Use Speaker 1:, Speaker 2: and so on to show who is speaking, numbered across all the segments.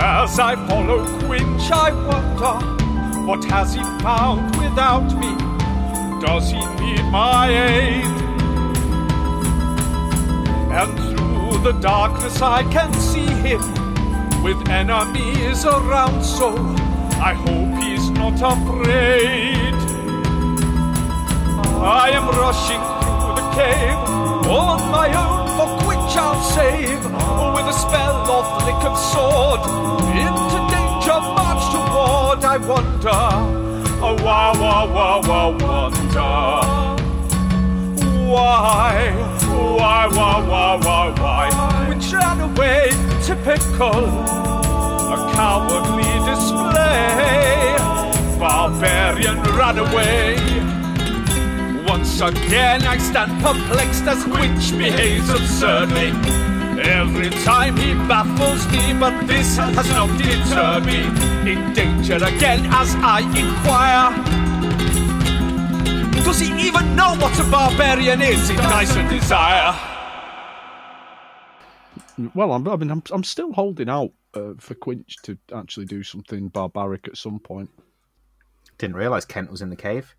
Speaker 1: As I follow Quinch, I wonder what has he found without me? Does he need my aid? And through the darkness I can see him with enemies around, so I hope he's not afraid. I am rushing through the cave all on my own, for which I'll save. With a spell or flick of sword, into danger march toward. I wonder, oh, wow, wow, wow, wow, wonder. Why, why, why, why, why, why? Which ran away, typical, a cowardly display. Barbarian ran away. Once again, I stand perplexed as which behaves absurdly. Every time he baffles me, but this has not deterred me. In danger again as I inquire. Does he even know what a barbarian is in Dice and Desire?
Speaker 2: Well, I'm, I mean, I'm, I'm still holding out uh, for Quinch to actually do something barbaric at some point.
Speaker 3: Didn't realise Kent was in the cave.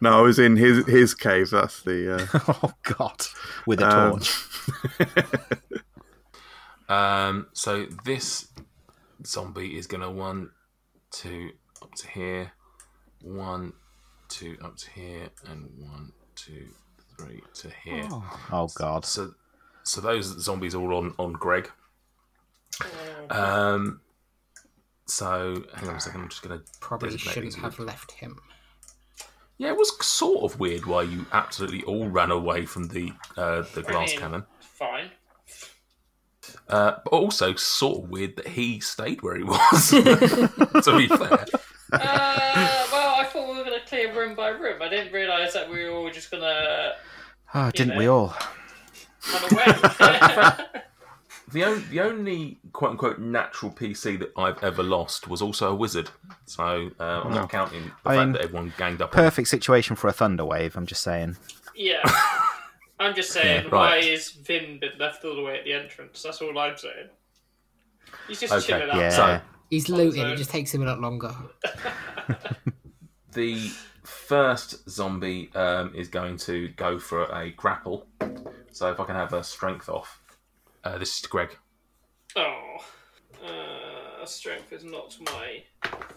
Speaker 4: No, I was in his his cave. That's the. Uh,
Speaker 3: Oh God! With a
Speaker 4: Um,
Speaker 3: torch.
Speaker 5: Um, so this zombie is going to one, two, up to here, one, two, up to here, and one, two, three to here.
Speaker 3: Oh God!
Speaker 5: So, so those zombies are all on on Greg. Um, so hang on a second. I'm just going to probably
Speaker 6: They shouldn't have left him.
Speaker 5: Yeah, it was sort of weird why you absolutely all ran away from the uh, the glass
Speaker 7: mean-
Speaker 5: cannon.
Speaker 7: Fine.
Speaker 5: Uh, but also sort of weird that he stayed where he was. to be fair,
Speaker 7: Uh, well, I thought we were going to clear room by room. I didn't realise that we were all just going to
Speaker 3: Oh, didn't we
Speaker 7: know.
Speaker 3: all?
Speaker 7: run away.
Speaker 5: the only, the only quote unquote natural PC that I've ever lost was also a wizard. So uh, I'm not counting the
Speaker 3: I
Speaker 5: fact
Speaker 3: mean,
Speaker 5: that everyone ganged up. on
Speaker 3: Perfect situation for a thunder wave. I'm just saying.
Speaker 7: yeah. I'm just saying,
Speaker 5: Yeah, right.
Speaker 7: why is Vin been left all the way at the entrance? That's all I'm saying. He's just
Speaker 5: Okay,
Speaker 7: chilling out.
Speaker 3: Yeah.
Speaker 5: So
Speaker 6: He's looting. It just takes him a lot longer.
Speaker 5: the first zombie um, is going to go for a grapple. So if I can have a strength off, uh, this is Greg.
Speaker 7: Oh. Uh, strength is not my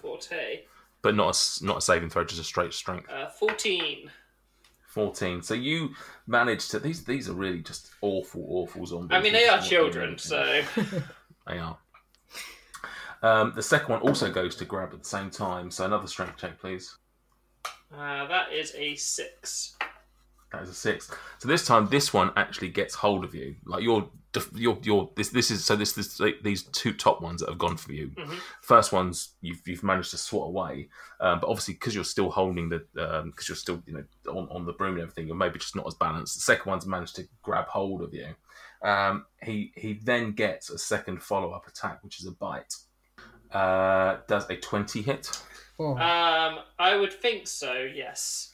Speaker 7: forte.
Speaker 5: but not a, s- not a saving throw, just a straight strength.
Speaker 7: Uh, 14.
Speaker 5: Fourteen. So you managed to. These these are really just awful, awful zombies.
Speaker 7: I mean, they are children, so.
Speaker 5: they are. Um, the second one also goes to grab at the same time. So another strength check, please.
Speaker 7: Uh, that is a 6.
Speaker 5: That is a six. So this time, this one actually gets hold of you. Like you're, def- you're, you're. This, this is. So this, this, these two top ones that have gone for you. First ones you've, you've managed to swat away, um, but obviously because you're still holding the, because you're still, you know, on, on the broom and everything, you're maybe just not as balanced. The second one's managed to grab hold of you. Um, he he then gets a second follow up attack, which is a bite. Uh, does a twenty hit?
Speaker 6: Oh,
Speaker 7: Um, I would think so, yes.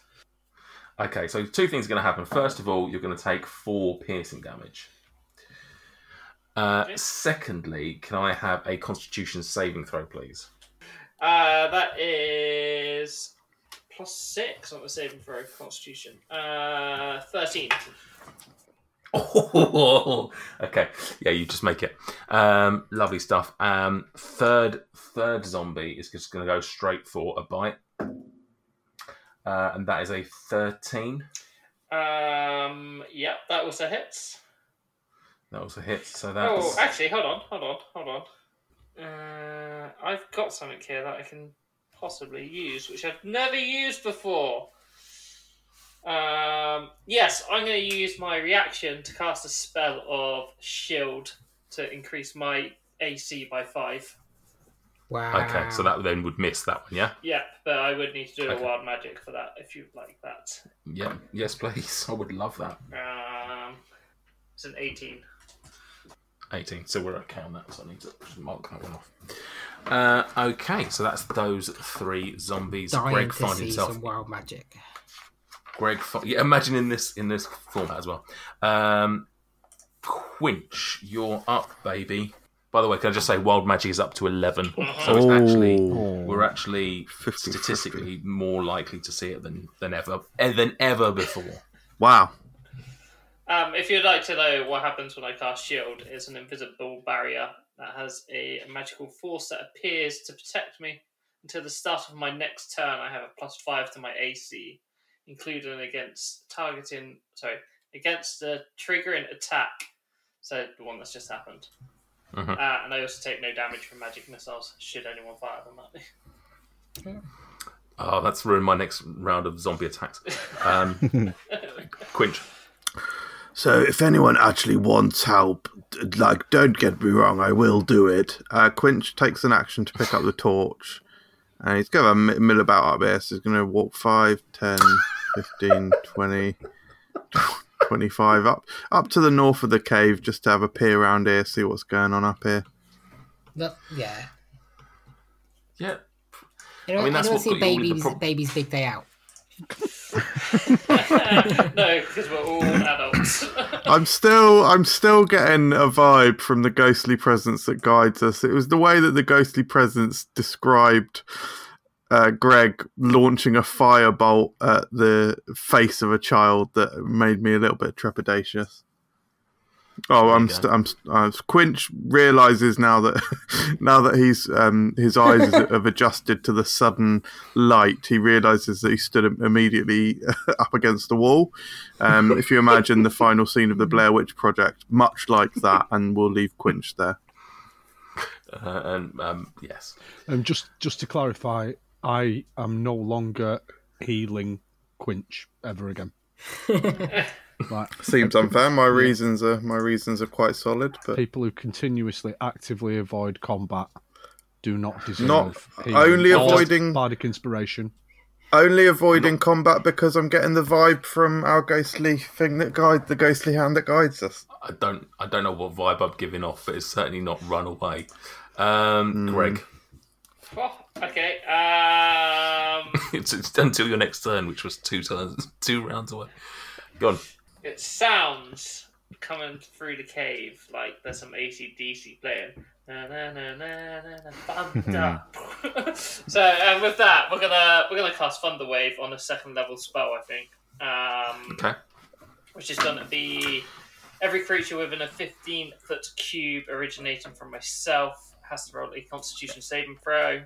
Speaker 5: Okay, so two things are going to happen. First of all, you're going to take four piercing damage. Uh,
Speaker 7: Okay.
Speaker 5: Secondly, can I have a Constitution saving throw, please?
Speaker 7: Uh, that is plus 6 on the saving throw constitution. Uh, 13.
Speaker 5: Oh, okay. Yeah, you just make it. Um, lovely stuff. Um, third, third zombie is just going to go straight for a bite, uh, and that is a thirteen.
Speaker 7: Um, yep, that was a hit.
Speaker 5: That was a hit. So that's
Speaker 7: Oh, actually, hold on, hold on, hold on. Uh, I've got something here that I can possibly use, which I've never used before. Um, yes, I'm going to use my reaction to cast a spell of shield to increase my AC by five.
Speaker 6: wow.
Speaker 5: okay.
Speaker 7: um,
Speaker 5: So that then would miss that one. Yeah.
Speaker 7: Yep, but I would need to do
Speaker 5: Okay.
Speaker 7: a wild magic for that if you'd like that.
Speaker 5: Yeah. Yes, please. I would love that.
Speaker 7: Um, it's an 18.
Speaker 5: 18. So we're okay on that. So I need to mark that one off. Uh, okay, so that's those three zombies.
Speaker 6: Dying
Speaker 5: Greg
Speaker 6: to
Speaker 5: finds
Speaker 6: see
Speaker 5: himself.
Speaker 6: some wild magic.
Speaker 5: Greg, fi- yeah, imagine in this in this format as well. Um, Quinch, you're up, baby. By the way, can I just say wild magic is up to eleven, so it's actually we're actually
Speaker 4: 50-50.
Speaker 5: statistically more likely to see it than than ever eh, than ever before.
Speaker 4: Wow.
Speaker 7: Um, if you'd like to know what happens when I cast Shield, it's an invisible barrier that has a magical force that appears to protect me until the start of my next turn. I have a plus five to my AC, including against targeting. Sorry, against the triggering attack. So the one that's just happened.
Speaker 5: Mhm.
Speaker 7: Uh, and I also take no damage from magic missiles. Should anyone fire them at me?
Speaker 5: Oh, that's ruined my next round of zombie attacks. Um, Quinch,
Speaker 4: So if anyone actually wants help, d- like, don't get me wrong, I will do it. Uh, Quinch takes an action to pick up the torch, and he's going to mi- mill about up here. So he's going to walk 5, 10, 15, 20, 25 up up to the north of the cave just to have a peer around here, see what's going on up here.
Speaker 6: That, yeah.
Speaker 5: yeah,
Speaker 6: Anyone,
Speaker 5: mean, that's
Speaker 6: anyone
Speaker 5: what
Speaker 6: see
Speaker 5: got you all in the
Speaker 6: babies,
Speaker 5: prob-
Speaker 6: baby's big day out?
Speaker 7: no, because we're all adults.
Speaker 4: I'm still I'm still getting a vibe from the ghostly presence that guides us. It was the way that the ghostly presence described uh, Greg launching a firebolt at the face of a child that made me a little bit trepidatious. Oh, I'm
Speaker 5: go.
Speaker 4: st- I'm st- uh, Quinch realizes now that now that he's um, his eyes have adjusted to the sudden light, he realizes that he stood im- immediately up against the wall. Um, if you imagine the final scene of the Blair Witch Project, much like that, and we'll leave Quinch there.
Speaker 5: uh, and um, yes,
Speaker 2: Um, just just to clarify, I am no longer healing Quinch ever again. like
Speaker 4: Seems unfair. My reasons are my reasons are quite solid, but
Speaker 2: people who continuously actively avoid combat do not deserve
Speaker 4: Not
Speaker 2: healing.
Speaker 4: only
Speaker 2: Or
Speaker 4: avoiding-
Speaker 2: bardic inspiration.
Speaker 4: only avoiding combat because I'm getting the vibe from our ghostly thing that guides the ghostly hand that guides us.
Speaker 5: I don't I don't know what vibe I'm giving off, but it's certainly not run away. Um, Greg,
Speaker 7: oh, okay. Um,
Speaker 5: it's, it's until your next turn, which was two turns, two rounds away. Go on.
Speaker 7: It sounds coming through the cave like there's some ACDC playing. Na, na, na, na, na, na, thunder. so and with that, we're gonna we're gonna cast Thunder Wave on a second level spell, I think, um,
Speaker 5: Okay.
Speaker 7: which is gonna be every creature within a 15 foot cube originating from myself has to roll a Constitution saving throw.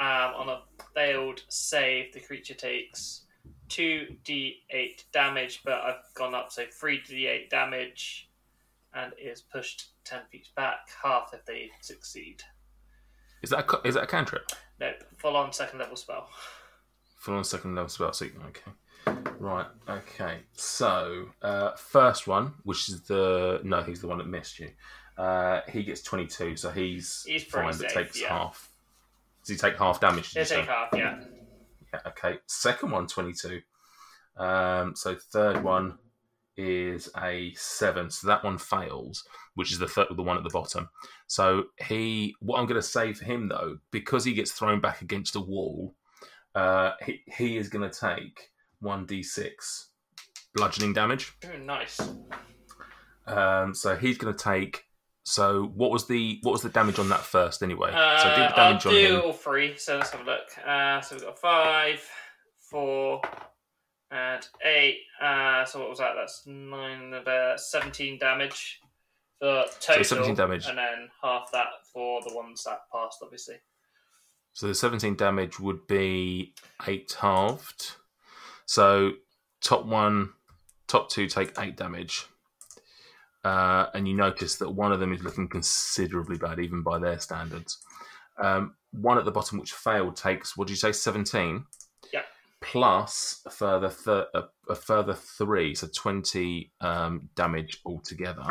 Speaker 7: Um, on a failed save, the creature takes two d8 damage, but I've gone up so three d8 damage, and is pushed ten feet back, half if they succeed.
Speaker 5: Is that a, co- is that a cantrip?
Speaker 7: Nope, full on second level spell.
Speaker 5: Full on second level spell seat. Okay. Right. Okay. So uh, first one, which is the no, he's the one that missed you. Uh, he gets twenty two, so he's,
Speaker 7: He's pretty
Speaker 5: fine. But
Speaker 7: safe,
Speaker 5: takes
Speaker 7: yeah.
Speaker 5: half. Does he take half damage? did
Speaker 7: They
Speaker 5: you say?
Speaker 7: take half, yeah.
Speaker 5: Yeah, okay. Second one, 22. Um, so third one is a seven. So that one fails, which is the third, the one at the bottom. So he, what I'm going to say for him though, because he gets thrown back against a wall, uh, he, he is going to take 1d6 bludgeoning damage.
Speaker 7: Ooh, nice.
Speaker 5: Um, so he's going to take. So what was the what was the damage on that first anyway? so
Speaker 7: Uh,
Speaker 5: the
Speaker 7: I'll
Speaker 5: damage on
Speaker 7: do
Speaker 5: him.
Speaker 7: all three, so let's have a look. Uh, so we've got five, four, and eight. Uh, so what was that? That's nine, uh, 17 damage for total.
Speaker 5: 17 damage.
Speaker 7: And then half that for the ones that passed, obviously.
Speaker 5: So the 17 damage would be 8 halved. So top one, top two take 8 damage. Uh, and you notice that one of them is looking considerably bad, even by their standards. Um, one at the bottom, which failed, takes, what do you say, 17?
Speaker 7: Yeah.
Speaker 5: Plus a further, th- a, a further 3, so 20 um, damage altogether.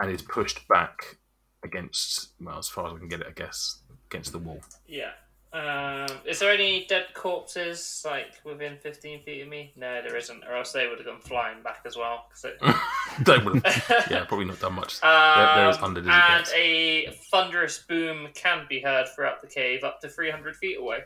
Speaker 5: And is pushed back against, well, as far as I can get it, I guess, against the wall.
Speaker 7: Yeah. Um, is there any dead corpses like within 15 feet of me? No, there isn't, or else they would have gone flying back as well. 'cause it...
Speaker 5: they would have, yeah, probably not done much.
Speaker 7: Um,
Speaker 5: they're as undead as it
Speaker 7: and
Speaker 5: gets.
Speaker 7: a thunderous boom can be heard throughout the cave up to 300 feet away.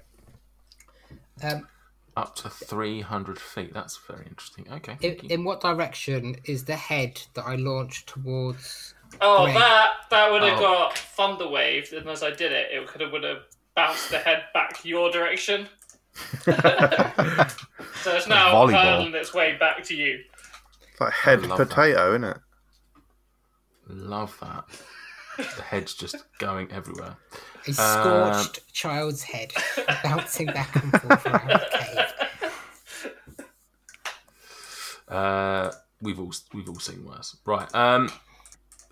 Speaker 6: Um,
Speaker 5: Up to 300 feet. That's very interesting. Okay.
Speaker 6: In,
Speaker 5: thank you.
Speaker 6: in what direction is the head that I launched towards?
Speaker 7: Oh,
Speaker 6: Great.
Speaker 7: that that would have
Speaker 5: Oh.
Speaker 7: got thunder waved, and as I did it, it could have would have bounced the head back your direction. so it's now
Speaker 3: Volleyball.
Speaker 7: hurling its way back to you.
Speaker 4: It's like head
Speaker 5: love that.
Speaker 4: potato, isn't it?
Speaker 5: Love that. the head's just going everywhere. Uh,
Speaker 6: A scorched child's head bouncing back and forth around the cave.
Speaker 5: Uh, we've all we've all seen worse. Right. Um,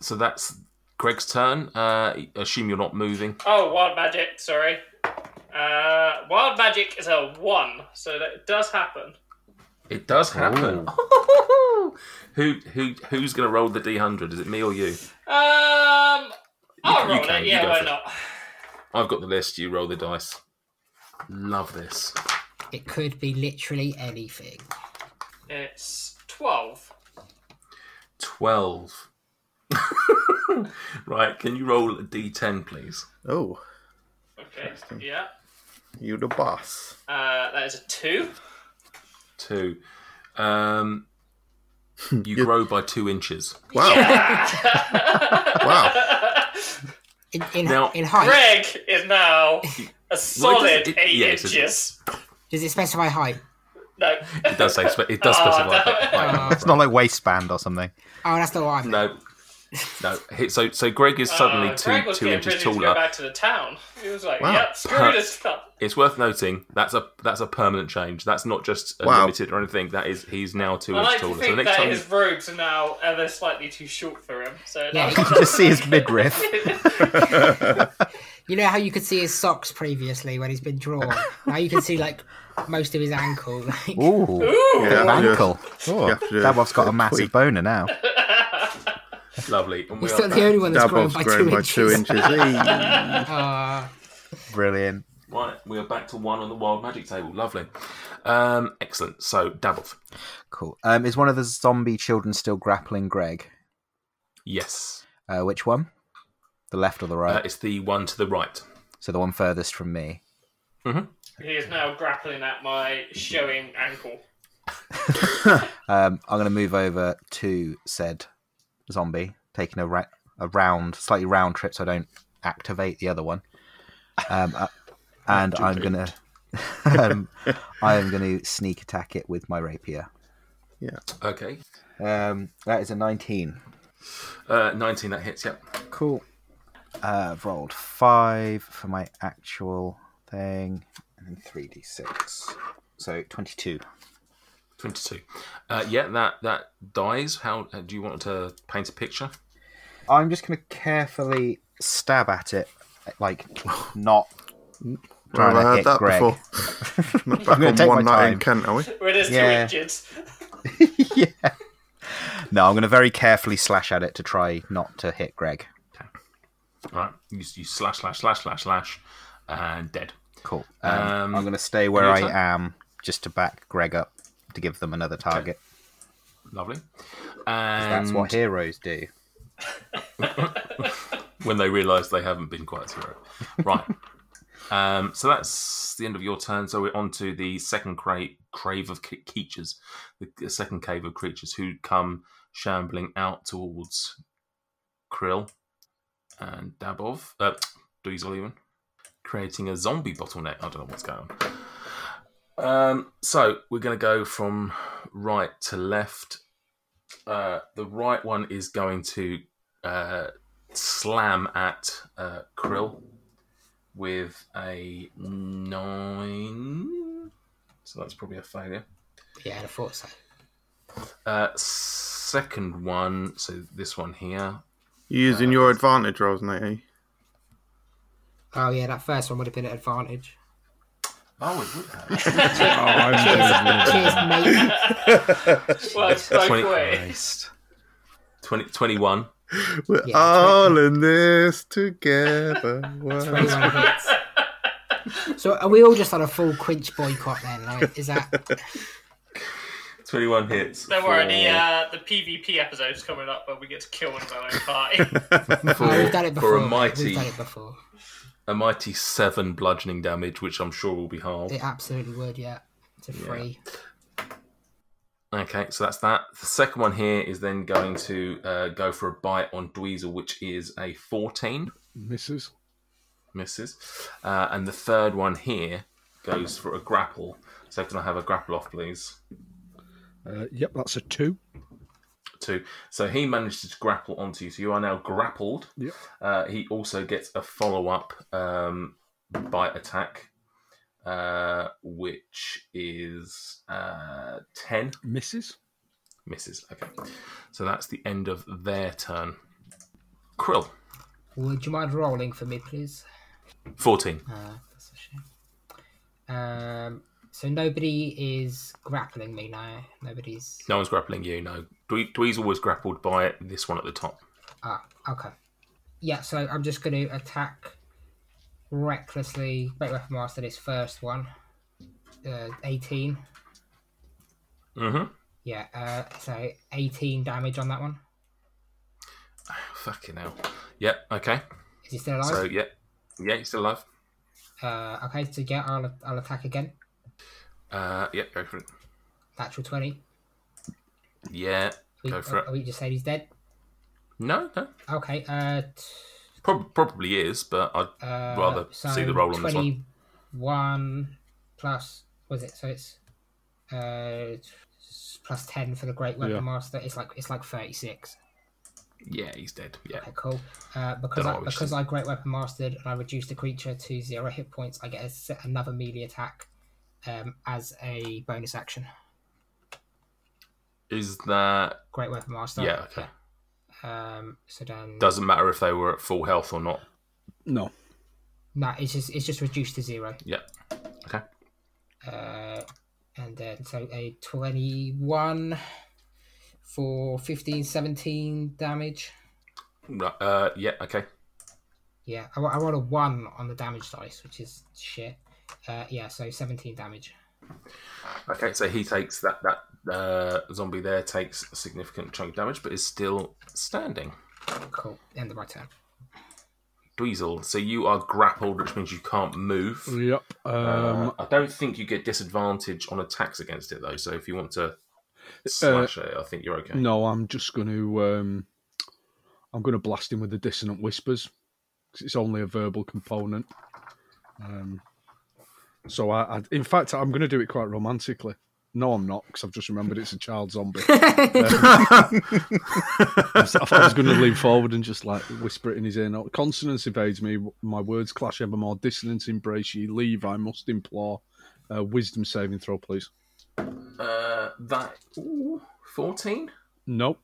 Speaker 5: so that's Greg's turn. Uh, assume you're not moving.
Speaker 7: Oh, wild magic. Sorry. Uh, wild magic is a one, so that does happen.
Speaker 5: It does happen. who who who's going to roll the d100? Is it me or you?
Speaker 7: Um,
Speaker 5: you
Speaker 7: I'll roll
Speaker 5: can,
Speaker 7: it.
Speaker 5: you
Speaker 7: Yeah,
Speaker 5: go
Speaker 7: why
Speaker 5: for it.
Speaker 7: not?
Speaker 5: I've got the list. You roll the dice. Love this.
Speaker 6: It could be literally anything.
Speaker 7: It's twelve.
Speaker 5: Twelve. right. Can you roll a d10, please?
Speaker 4: Oh,
Speaker 7: Okay. Yeah.
Speaker 4: you the boss.
Speaker 7: Uh, that is a two.
Speaker 5: Two. Um, you grow by two inches.
Speaker 4: Wow. wow.
Speaker 6: In, in,
Speaker 5: Now-
Speaker 6: in height,
Speaker 7: Greg is now a solid
Speaker 5: it-
Speaker 7: eight
Speaker 5: yeah, it's a-
Speaker 7: inches.
Speaker 6: does it specify height?
Speaker 7: No.
Speaker 5: It does say. Spe- it does
Speaker 7: Oh,
Speaker 5: specify.
Speaker 7: no.
Speaker 5: that. Right, right,
Speaker 3: It's not like waistband or something.
Speaker 6: Oh, that's not what I meant.
Speaker 5: No, no. He- So so Greg is suddenly
Speaker 7: Uh,
Speaker 5: two
Speaker 7: Greg was
Speaker 5: two
Speaker 7: getting
Speaker 5: inches
Speaker 7: ready To go
Speaker 5: taller.
Speaker 7: back to the town. He was like,
Speaker 4: Wow.
Speaker 7: "Yep, screw
Speaker 5: Perhaps-
Speaker 7: this stuff."
Speaker 5: It's worth noting that's a that's a permanent change. That's not just uh,
Speaker 4: Wow.
Speaker 5: limited or anything. That is he's now two
Speaker 7: I like
Speaker 5: inches
Speaker 7: to
Speaker 5: taller. So the
Speaker 7: think
Speaker 5: next
Speaker 7: that
Speaker 5: time,
Speaker 7: his robes are now ever slightly too short for him. So
Speaker 6: Yeah.
Speaker 7: that's-
Speaker 3: You can just see his midriff.
Speaker 6: You know how you could see his socks previously when he's been drawn. now you can see like most of his ankle. Like,
Speaker 3: Ooh,
Speaker 7: Ooh,
Speaker 4: Yeah,
Speaker 3: an
Speaker 4: you have to-
Speaker 3: ankle.
Speaker 4: you have to do
Speaker 3: That one's got a
Speaker 4: a
Speaker 3: massive
Speaker 4: tweak.
Speaker 3: boner now.
Speaker 5: lovely. And we
Speaker 6: he's
Speaker 5: are
Speaker 6: not
Speaker 5: back.
Speaker 6: the only one that's
Speaker 4: That
Speaker 6: grown
Speaker 4: one's
Speaker 6: by,
Speaker 4: grown
Speaker 6: two,
Speaker 4: by
Speaker 6: inches.
Speaker 4: two inches. Hey.
Speaker 6: Ah,
Speaker 3: Brilliant.
Speaker 5: Right, we are back to one on the wild magic table. Lovely, um, excellent. So Daboth,
Speaker 3: Cool. Um, is one of the zombie children still grappling Greg?
Speaker 5: yes,
Speaker 3: Uh, which one? The left or the right?
Speaker 5: uh, it's the one to the right.
Speaker 3: so the one furthest from me.
Speaker 7: he is now grappling at my showing ankle.
Speaker 3: Um, I'm going to move over to said zombie, taking a, ra- a round, slightly round trip so I don't activate the other one. Um, uh, and I'm going to. um, I am going to sneak attack it with my rapier.
Speaker 5: Okay,
Speaker 3: Um, that is a 19.
Speaker 5: uh, nineteen that hits. Yep.
Speaker 3: Cool. Uh, I've rolled five for my actual thing, and then three d six. So twenty-two.
Speaker 5: 22. Uh, yeah, that that dies. How uh, do you want to paint a picture?
Speaker 3: I'm just going to carefully stab at it, like not
Speaker 4: Well,
Speaker 3: trying to
Speaker 4: I
Speaker 3: hit
Speaker 4: heard that
Speaker 3: Greg.
Speaker 4: before. Back
Speaker 3: gonna
Speaker 4: on
Speaker 3: take
Speaker 4: one
Speaker 3: my
Speaker 4: night
Speaker 3: time.
Speaker 4: in Kent, are we?
Speaker 7: Where there's
Speaker 3: Yeah.
Speaker 7: two inches.
Speaker 3: yeah. No, I'm going to very carefully slash at it to try not to hit Greg.
Speaker 5: All right, you, you slash, slash, slash, slash, slash, and dead.
Speaker 3: Cool. Um,
Speaker 5: Um,
Speaker 3: I'm going to stay where I
Speaker 5: any attack?
Speaker 3: am just to back Greg up to give them another target.
Speaker 5: Lovely. And
Speaker 3: That's what heroes do.
Speaker 5: when they realise they haven't been quite zero. Right. um, so that's the end of your turn. So we're on to the second cra- crave of c- creatures, the, the second cave of creatures who come shambling out towards Krill and Dabov, uh, Dweezil even, creating a zombie bottleneck. I don't know what's going on. Um, so we're going to go from right to left. Uh, the right one is going to uh, slam at uh, Krill with a nine. So that's probably a failure.
Speaker 6: yeah, I thought so.
Speaker 5: Uh, second one, so this one here.
Speaker 4: You're using your advantage rolls, mate. eh?
Speaker 6: Oh yeah, that first one would have been an advantage.
Speaker 5: Oh, it would have.
Speaker 2: Oh, I'm
Speaker 6: Cheers, mate.
Speaker 7: Well, it's both
Speaker 5: 20
Speaker 7: ways.
Speaker 5: 20, 21.
Speaker 4: We're
Speaker 6: Yeah,
Speaker 4: all in this together. Wow.
Speaker 6: 21 hits. So are we all just on a full quinch boycott then? Like, is that
Speaker 5: 21 hits.
Speaker 7: Don't worry, the,
Speaker 5: for-
Speaker 7: uh, the PvP episode's coming up where we get to kill one of our own party.
Speaker 6: oh,
Speaker 5: for,
Speaker 6: we've done it before?
Speaker 5: for a
Speaker 6: mate.
Speaker 5: mighty,
Speaker 6: We've done it before.
Speaker 5: a mighty seven bludgeoning damage, which I'm sure will be halved.
Speaker 6: It absolutely would. Yeah. to free.
Speaker 5: Okay, so that's that. The second one here is then going to uh, go for a bite on Dweezil, which is a 14,
Speaker 2: Misses.
Speaker 5: misses. Uh, and the third one here goes for a grapple. So can I have a grapple off, please?
Speaker 2: Uh, yep, that's a two.
Speaker 5: Two. So he manages to grapple onto you. So you are now grappled.
Speaker 2: Yep.
Speaker 5: Uh, he also gets a follow up um, bite attack, uh, which is uh, 10.
Speaker 2: Misses.
Speaker 5: Misses. Okay. So that's the end of their turn. Krill,
Speaker 6: Would you mind rolling for me, please?
Speaker 5: 14.
Speaker 6: Uh, that's a shame. Um, so nobody is grappling me now. Nobody's.
Speaker 5: No one's grappling you, no. Dwe- Dweezil was grappled by this one at the top.
Speaker 6: Ah, okay. Yeah, so I'm just going to attack recklessly. Great Weapon Master, this first one. Uh, 18.
Speaker 5: hmm
Speaker 6: Yeah, uh, so 18 damage on that one.
Speaker 5: Fucking hell. Yep, okay.
Speaker 6: Is he still alive?
Speaker 5: So, yep. Yeah, he's still alive.
Speaker 6: Uh, okay, so yeah, I'll, I'll attack again.
Speaker 5: Uh, yep, go for it.
Speaker 6: Natural 20.
Speaker 5: Yeah,
Speaker 6: We,
Speaker 5: go for
Speaker 6: uh,
Speaker 5: it.
Speaker 6: we just said he's dead.
Speaker 5: No, no.
Speaker 6: Okay, uh, t-
Speaker 5: Prob- probably is, but I'd
Speaker 6: uh,
Speaker 5: rather
Speaker 6: so
Speaker 5: see the roll on this one.
Speaker 6: 21 plus, was it? So it's uh, s- plus 10 for the Great Weapon
Speaker 2: Yeah.
Speaker 6: Master. It's like it's like 36.
Speaker 5: Yeah, he's dead. Yeah.
Speaker 6: Okay, cool. Uh,
Speaker 5: Don't
Speaker 6: because
Speaker 5: know
Speaker 6: I,
Speaker 5: what we
Speaker 6: because
Speaker 5: should-
Speaker 6: I Great Weapon Mastered and I reduced the creature to zero hit points, I get a s another melee attack um, as a bonus action.
Speaker 5: Is that.
Speaker 6: Great Weapon Master.
Speaker 5: Yeah, okay.
Speaker 6: Yeah. Um, so then.
Speaker 5: Doesn't matter if they were at full health or not.
Speaker 2: No.
Speaker 6: No, it's just it's just reduced to zero.
Speaker 5: Yeah. Okay.
Speaker 6: Uh, and then so a twenty-one for 15, 17 damage.
Speaker 5: Right, Uh, yeah, okay.
Speaker 6: Yeah, I, ro- I rolled a one on the damage dice, which is shit. Uh, yeah, so seventeen damage.
Speaker 5: Okay, so he takes that that uh, zombie there takes a significant chunk of damage, but is still standing.
Speaker 6: Cool. End of my turn.
Speaker 5: Dweezil, so you are grappled, which means you can't move.
Speaker 2: Yep. Um,
Speaker 5: Uh, I don't think you get disadvantage on attacks against it though. So if you want to slash it, I think you're okay.
Speaker 2: No, I'm just going to um, I'm going to blast him with the dissonant whispers 'cause it's only a verbal component. Um, so I, I, in fact, I'm going to do it quite romantically. No, I'm not because I've just remembered it's a child zombie. Um, I was- I thought I was going to lean forward and just like whisper it in his ear. No, consonance evades me. My words clash evermore. Dissonance embrace ye. Leave. I must implore. Uh, wisdom saving throw, please.
Speaker 5: Uh, that ooh, fourteen.
Speaker 2: Nope.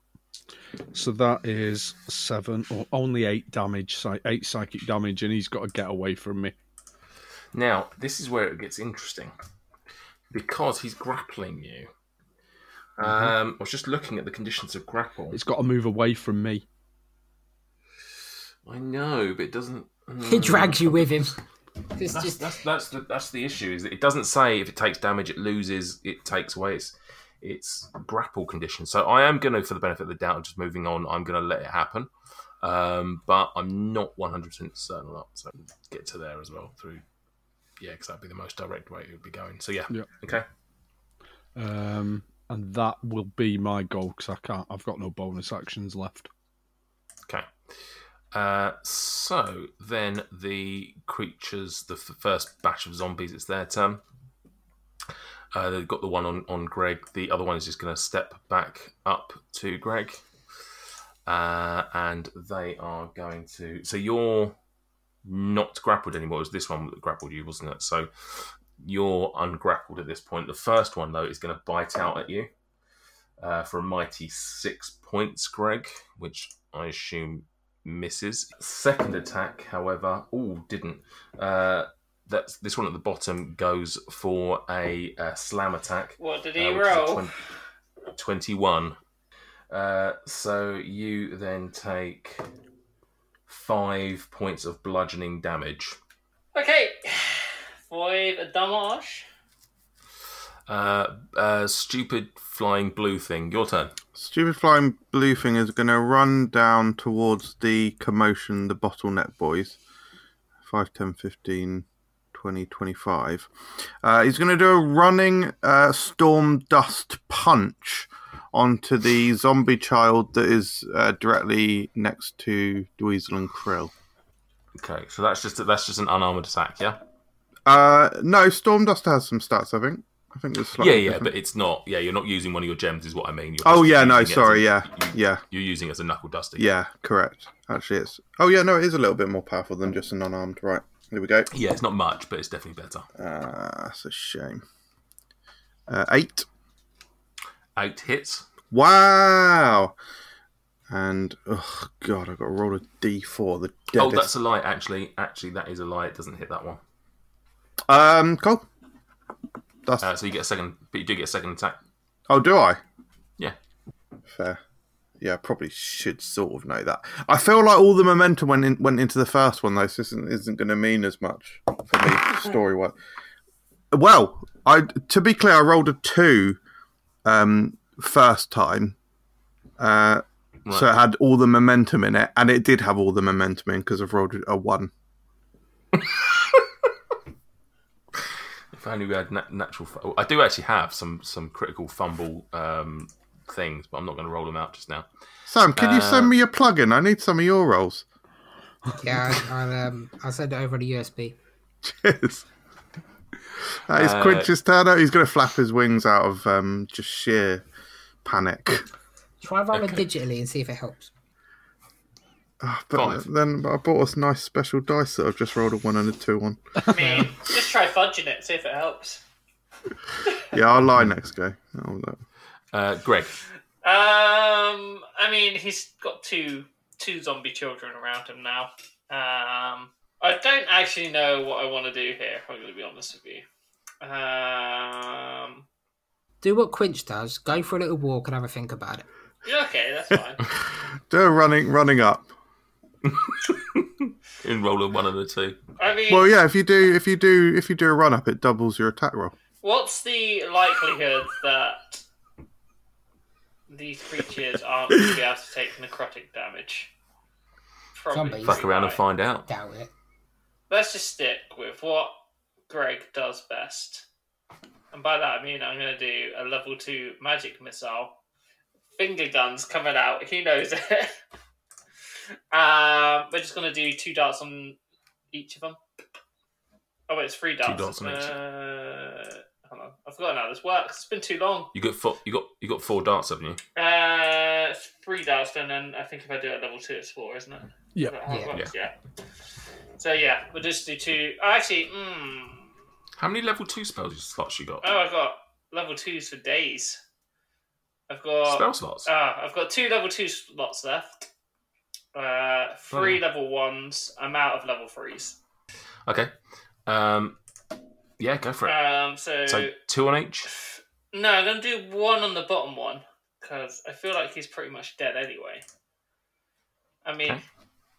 Speaker 2: So that is seven or only eight damage, psy- eight psychic damage, and he's got to get away from me.
Speaker 5: Now this is where it gets interesting because he's grappling you. Um, I was just looking at the conditions of grapple.
Speaker 2: It's got to move away from me.
Speaker 5: I know, but it doesn't.
Speaker 6: He drags you with him. It's
Speaker 5: That's,
Speaker 6: just
Speaker 5: that's that's the that's the issue is that it doesn't say if it takes damage it loses it takes away its its grapple condition. So I am going to, for the benefit of the doubt, just moving on. I'm going to let it happen, um, but I'm not 100 percent certain on that. So get to there as well through, yeah, because that'd be the most direct way it would be going. So yeah,
Speaker 2: Yeah.
Speaker 5: okay,
Speaker 2: Um, and that will be my goal because I can't. I've got no bonus actions left.
Speaker 5: okay. Uh, so then the creatures, the f- first batch of zombies, it's their turn. Uh, they've got the one on, on Greg. The other one is just going to step back up to Greg. Uh, and they are going to. So you're not grappled anymore. It was this one that grappled you, wasn't it? So you're ungrappled at this point. The first one, though, is going to bite out at you uh, for a mighty six points, Greg, which I assume misses. Second attack, however, oh, didn't. Uh, that's this one at the bottom goes for a, uh slam attack.
Speaker 7: What did he
Speaker 5: Uh, which is a
Speaker 7: roll?
Speaker 5: 20 21. Uh, so you then take five points of bludgeoning damage.
Speaker 7: Okay. Five damage.
Speaker 5: Uh, uh, stupid flying blue thing. Your turn.
Speaker 4: Stupid flying blue thing is going to run down towards the commotion, the bottleneck boys. 5, 10, 15, 2025. Uh, he's going to do a running uh, storm dust punch onto the zombie child that is uh, directly next to Dweezil and Krill.
Speaker 5: Okay, so that's just that's just an unarmored attack, yeah.
Speaker 4: Uh, no, storm dust has some stats. I think. I think it's
Speaker 5: Yeah,
Speaker 4: slightly
Speaker 5: yeah,
Speaker 4: different.
Speaker 5: but it's not. Yeah, you're not using one of your gems, is what I mean. You're
Speaker 4: Oh
Speaker 5: just
Speaker 4: yeah, no,
Speaker 5: using it as
Speaker 4: sorry,
Speaker 5: a-
Speaker 4: yeah,
Speaker 5: you-
Speaker 4: yeah,
Speaker 5: You're using it as a knuckle duster.
Speaker 4: yeah, correct. Actually, it's. Oh yeah, no, it is a little bit more powerful than just a non-armed. Right, here we go.
Speaker 5: yeah. It's not much, but it's definitely better.
Speaker 4: Uh, that's a shame. Uh, eight.
Speaker 5: Eight hits.
Speaker 4: Wow. And oh god, I got to roll a d4. The
Speaker 5: Oh, that's
Speaker 4: deadest.
Speaker 5: a lie. Actually, actually, that is a lie. It doesn't hit that one.
Speaker 4: um, cool. That's.
Speaker 5: Uh, so you get a second, but you do get a second attack.
Speaker 4: oh, do I?
Speaker 5: Yeah.
Speaker 4: Fair. uh, Yeah, I probably should sort of know that. I feel like all the momentum went in, went into the first one though, so this isn't, isn't going to mean as much for me story wise. Well, I to be clear, I rolled a two um, first time, uh,
Speaker 5: Right.
Speaker 4: so it had all the momentum in it, and it did have all the momentum in because I've rolled a one.
Speaker 5: If only we had na- natural. F- I do actually have some some critical fumble um, things, but I'm not going to roll them out just now.
Speaker 4: Sam, can you
Speaker 5: Uh,
Speaker 4: send me your plugin? I need some of your rolls.
Speaker 6: Yeah, I'll, I'll, um, I'll send it over to USB.
Speaker 4: Cheers. That is
Speaker 5: Uh,
Speaker 4: Quintus Turner. He's going to flap his wings out of um, just sheer panic.
Speaker 6: Try rolling
Speaker 5: Okay.
Speaker 6: digitally and see if it helps.
Speaker 4: Ah, but
Speaker 5: Five.
Speaker 4: then but I bought us nice special dice that I've just rolled a one and a two on.
Speaker 7: I mean, just try fudging it, see if it helps.
Speaker 4: Yeah, I'll lie next go. Oh, no.
Speaker 5: Uh, Greg,
Speaker 7: Um, I mean, he's got two two zombie children around him now. Um, I don't actually know what I want to do here. if I'm going to be honest with you. Um,
Speaker 6: Do what Quinch does. Go for a little walk and have a think about it.
Speaker 7: yeah, okay, that's fine.
Speaker 4: Do a running running up.
Speaker 5: enroll a one and a two.
Speaker 7: I mean,
Speaker 4: Well, yeah. If you do if you do if you do a run up, it doubles your attack roll.
Speaker 7: what's the likelihood that these creatures aren't going to be able to take necrotic damage? Probably
Speaker 6: Zombies.
Speaker 5: Fuck around and
Speaker 7: right.
Speaker 5: find out.
Speaker 6: Doubt it.
Speaker 7: let's just stick with what Greg does best. And by that I mean I'm gonna do a level two magic missile. Finger guns coming out, he knows it. um we're just gonna do two darts on each of them. Oh wait, it's three darts.
Speaker 5: darts on each.
Speaker 7: Uh, hold on. I've forgotten how this works. It's been too long.
Speaker 5: You got four. You got you got four darts, haven't you?
Speaker 7: Uh, it's three darts, and then I think if I do it at level two, it's four, isn't it?
Speaker 2: Yeah.
Speaker 7: Is that how it
Speaker 6: Yeah.
Speaker 7: works? yeah. So yeah, we'll just do two. Oh, Actually, mm,
Speaker 5: How many level two spells you slots you got?
Speaker 7: oh, I've got level twos for days. I've got
Speaker 5: Spell slots.
Speaker 7: ah, I've got two level two slots left. Uh, three
Speaker 5: Bloody
Speaker 7: level ones. I'm out of level threes.
Speaker 5: Okay. Um, yeah, go for it.
Speaker 7: Um, so,
Speaker 5: so two on each.
Speaker 7: no, I'm gonna do one on the bottom one because I feel like he's pretty much dead anyway. I mean,
Speaker 5: Okay.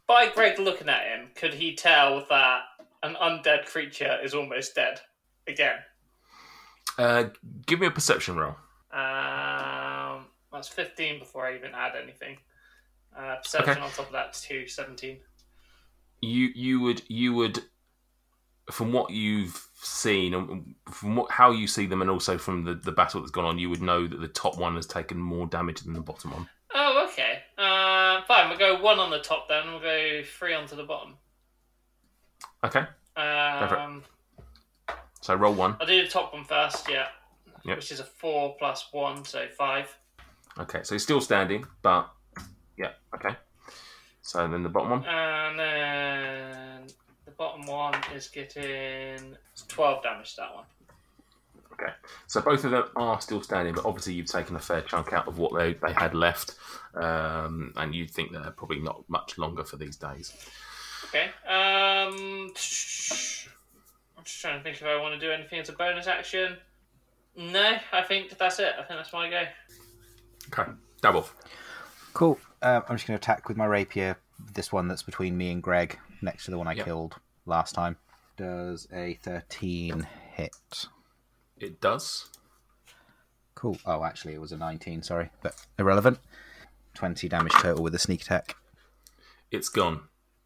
Speaker 7: by Greg looking at him, could he tell that an undead creature is almost dead again?
Speaker 5: Uh, give me a perception roll.
Speaker 7: Um, that's 15 before I even add anything. Uh, perception
Speaker 5: Okay.
Speaker 7: on top of that to 17.
Speaker 5: you you would you would from what you've seen and from what, how you see them and also from the, the battle that's gone on you would know that the top one has taken more damage than the bottom one
Speaker 7: Oh, okay. Uh, fine, we'll go one on the top then, we'll go three onto the bottom.
Speaker 5: okay for it.
Speaker 7: Um,
Speaker 5: so roll one
Speaker 7: I'll do the top one first, yeah.
Speaker 5: Yep.
Speaker 7: Which is a 4 plus 1, so 5.
Speaker 5: okay so he's still standing but yeah okay so then the bottom one
Speaker 7: And then the bottom one is getting it's 12 damage to that one.
Speaker 5: okay so both of them are still standing but obviously you've taken a fair chunk out of what they, they had left um, and you think they're probably not much longer for these days
Speaker 7: Okay. Um, I'm just trying to think if I want to do anything as a bonus action. No, I think that's it. I think that's my go.
Speaker 5: okay double
Speaker 3: Cool. Um, I'm just going to attack with my rapier this one that's between me and Greg, next to the one I
Speaker 5: Yep.
Speaker 3: killed last time. Does a 13 hit?
Speaker 5: it does
Speaker 3: Cool. Oh, actually, it was a 19. Sorry, but irrelevant. 20 damage total with a sneak attack.
Speaker 5: it's gone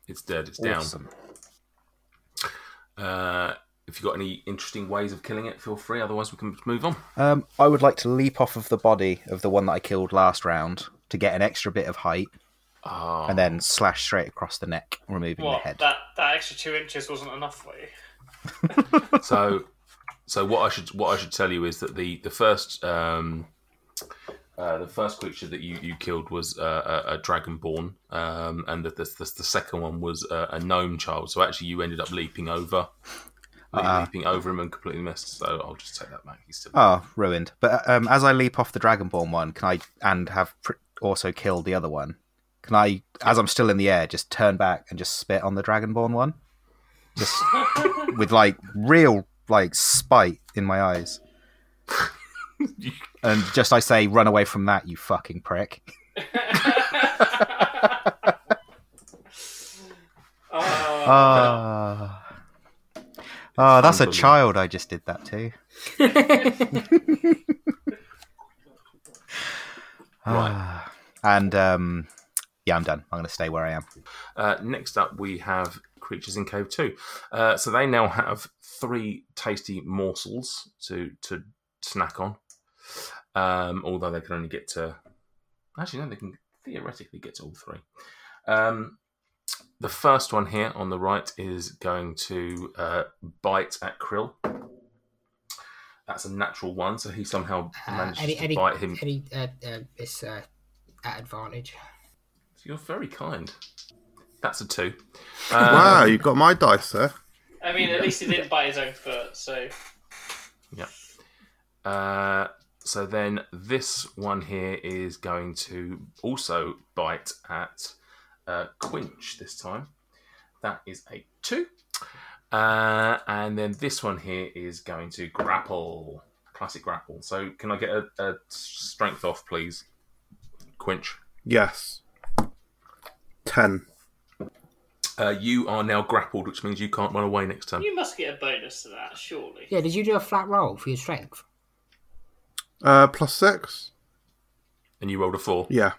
Speaker 5: it's dead it's down
Speaker 3: Awesome.
Speaker 5: Uh, If you've got any interesting ways of killing it, feel free. Otherwise, we can move on.
Speaker 3: Um, I would like to leap off of the body of the one that I killed last round to get an extra bit of height,
Speaker 5: Oh,
Speaker 3: and then slash straight across the neck, removing
Speaker 7: Ah. What?
Speaker 3: the head.
Speaker 7: That that extra two inches wasn't enough for you.
Speaker 5: so so what I should what I should tell you is that the the first um, uh, the first creature that you, you killed was uh, a, a dragonborn, um, and the, the, the the second one was a, a gnome child. So actually, you ended up leaping over, le- leaping over him and completely missed. So I'll just take that back. He's still
Speaker 3: Oh, ruined. But um, as I leap off the Dragonborn one, can I and have pr- also killed the other one? Can I, as I'm still in the air, just turn back and just spit on the Dragonborn one, just with like real like spite in my eyes, and just I say, run away from that, you fucking prick.
Speaker 7: Uh,
Speaker 3: Ah, ah, that's a
Speaker 5: Unbelievable.
Speaker 3: child. I just did that too.
Speaker 5: right.
Speaker 3: Ah. And um, yeah, I'm done. I'm gonna stay where I am.
Speaker 5: Uh, next up, we have creatures in Cove Two. Uh, so they now have three tasty morsels to to snack on. Um, although they can only get to, actually no, they can theoretically get to all three. Um, the first one here on the right is going to uh, bite at Krill. That's a natural one, so he somehow
Speaker 6: Uh,
Speaker 5: manages
Speaker 6: any,
Speaker 5: to
Speaker 6: any,
Speaker 5: bite him.
Speaker 6: any, uh, uh, it's uh, at advantage.
Speaker 5: You're very kind. That's a two. Uh,
Speaker 4: wow, you got my dice there.
Speaker 7: I mean, at least he didn't bite his own foot, so
Speaker 5: Uh, so then this one here is going to also bite at uh, Quinch this time. That is a two. Uh, and then this one here is going to grapple. Classic grapple. So can I get a, a strength off, please? Quinch.
Speaker 4: Yes. Ten.
Speaker 5: Uh, you are now grappled, which means you can't run away next turn.
Speaker 7: you must get a bonus to that, surely.
Speaker 6: Yeah, did you do a flat roll for your strength?
Speaker 4: Uh, plus six.
Speaker 5: And you rolled a four.
Speaker 4: Yeah.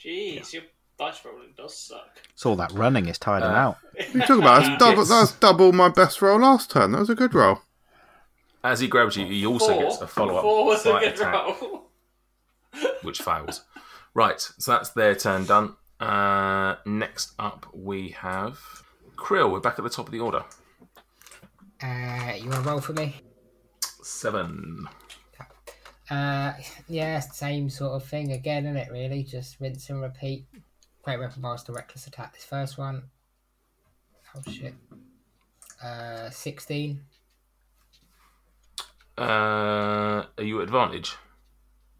Speaker 7: Jeez, your dice rolling does suck.
Speaker 3: It's all that running is tired him out.
Speaker 4: What are you talking about? That's double,
Speaker 5: Yes.
Speaker 4: that's double my best roll last turn. That was a good roll.
Speaker 5: As he grabs you, he also
Speaker 7: Four.
Speaker 5: gets a follow up.
Speaker 7: Four was a good roll.
Speaker 5: which fails. Right, so that's their turn done. Uh, next up, we have Krill. We're back at the top of the order.
Speaker 6: Uh, you want to roll for me?
Speaker 5: Seven.
Speaker 6: Uh, yeah, same sort of thing again, isn't it? Really, just rinse and repeat. Great weapon master, reckless attack. This first one. Oh shit. Uh, sixteen.
Speaker 5: Uh, are you at advantage?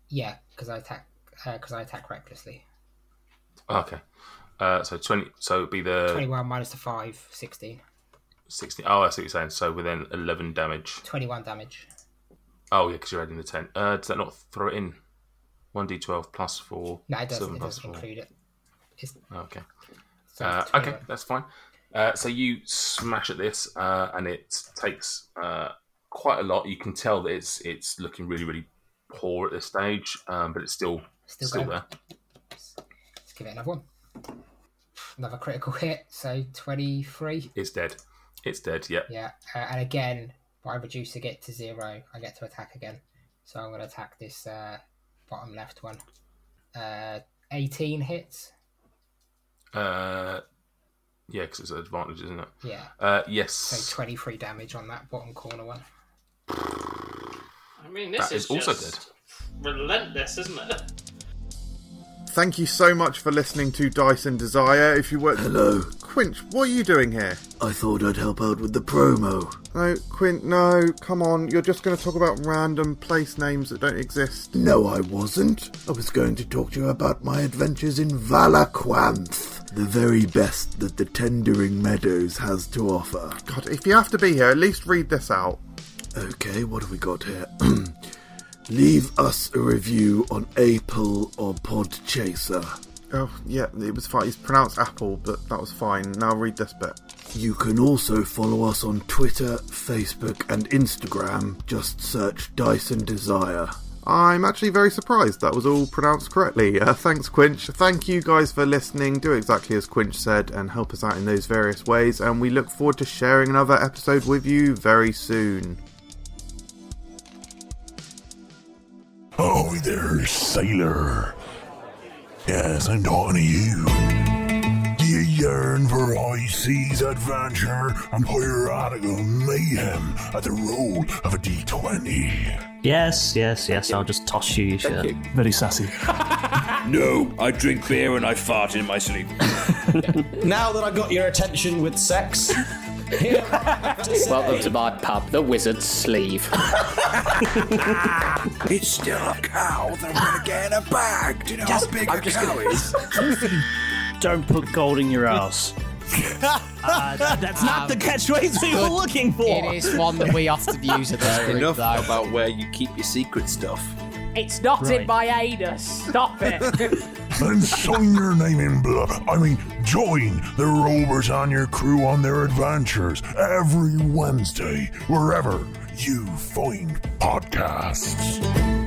Speaker 6: Yeah, because I attack. Because I attack recklessly.
Speaker 5: Oh, Okay. Uh, so twenty. So it'd be the
Speaker 6: Twenty-one minus the five. Sixteen.
Speaker 5: sixteen. Oh, I see what you're saying. So within eleven damage.
Speaker 6: Twenty-one damage.
Speaker 5: Oh yeah, because you're adding the ten. Uh, does that not throw it in? One d twelve plus four.
Speaker 6: No, it doesn't.
Speaker 5: seven
Speaker 6: It
Speaker 5: plus
Speaker 6: doesn't
Speaker 5: four. Oh,
Speaker 6: include it.
Speaker 5: Okay.
Speaker 6: So
Speaker 5: Uh,
Speaker 6: it's
Speaker 5: okay,
Speaker 6: 21.
Speaker 5: that's fine. Uh, so you smash at this, uh, and it takes uh, quite a lot. You can tell that it's it's looking really really poor at this stage, um, but it's still
Speaker 6: Still,
Speaker 5: still
Speaker 6: going.
Speaker 5: there.
Speaker 6: Let's give it another one. Another critical hit. So twenty-three.
Speaker 5: It's dead. It's dead. Yeah.
Speaker 6: Yeah, uh, and again, by reducing it to zero, I get to attack again. So I'm going to attack this uh, bottom left one. Uh, 18 hits.
Speaker 5: Uh, yeah, because it's an advantage, isn't it?
Speaker 6: Yeah,
Speaker 5: Uh,
Speaker 6: so
Speaker 5: yes.
Speaker 6: 23 damage on that bottom corner one.
Speaker 7: I mean, this
Speaker 5: That
Speaker 7: is,
Speaker 5: is also
Speaker 7: just relentless, isn't it?
Speaker 4: Thank you so much for listening to Dice and Desire. If you were
Speaker 8: Hello,
Speaker 4: Quinch, what are you doing here?
Speaker 8: I thought I'd help out with the promo.
Speaker 4: No, Quint, no, come on. You're just going to talk about random place names that don't exist.
Speaker 8: No, I wasn't. I was going to talk to you about my adventures in Valaquanth, the very best that the Tendering Meadows has to offer.
Speaker 4: God, if you have to be here, at least read this out.
Speaker 8: Okay, what have we got here? Leave us a review on Apple or Podchaser.
Speaker 4: Oh, yeah, it was fine. It's pronounced Apple, but that was fine. Now read this bit.
Speaker 8: You can also follow us on Twitter, Facebook, and Instagram. Just search Dyson Desire.
Speaker 4: I'm actually very surprised that was all pronounced correctly. Uh, thanks, Quinch. Thank you guys for listening. Do exactly as Quinch said and help us out in those various ways. And we look forward to sharing another episode with you very soon.
Speaker 1: Oh, there, sailor. Yes, I'm talking to you. Do you yearn for high seas adventure and piratical mayhem at the roll of a d20?
Speaker 7: Yes, yes, yes. I'll just toss you your shirt.
Speaker 9: Very sassy.
Speaker 3: No, I drink beer and I fart in my sleep.
Speaker 10: Now that I've got your attention with sex, here I have to say-
Speaker 6: Welcome to my pub, the wizard's sleeve.
Speaker 1: it's still a cow that I'm gonna get in a bag. Do you know
Speaker 7: Just-
Speaker 1: how big
Speaker 7: I'm
Speaker 1: a
Speaker 7: just
Speaker 1: cow
Speaker 7: gonna-
Speaker 1: is?
Speaker 7: Don't put gold in your ass. Uh, that's not the catchphrase we were
Speaker 6: good.
Speaker 7: looking for.
Speaker 6: It is one that we often use at this group,
Speaker 3: Enough
Speaker 6: though.
Speaker 3: about where you keep your secret stuff.
Speaker 11: It's not
Speaker 7: Right.
Speaker 11: in my anus. Stop it.
Speaker 1: and sign your name in blood. I mean, join the Rovers and your crew on their adventures every Wednesday, wherever you find podcasts.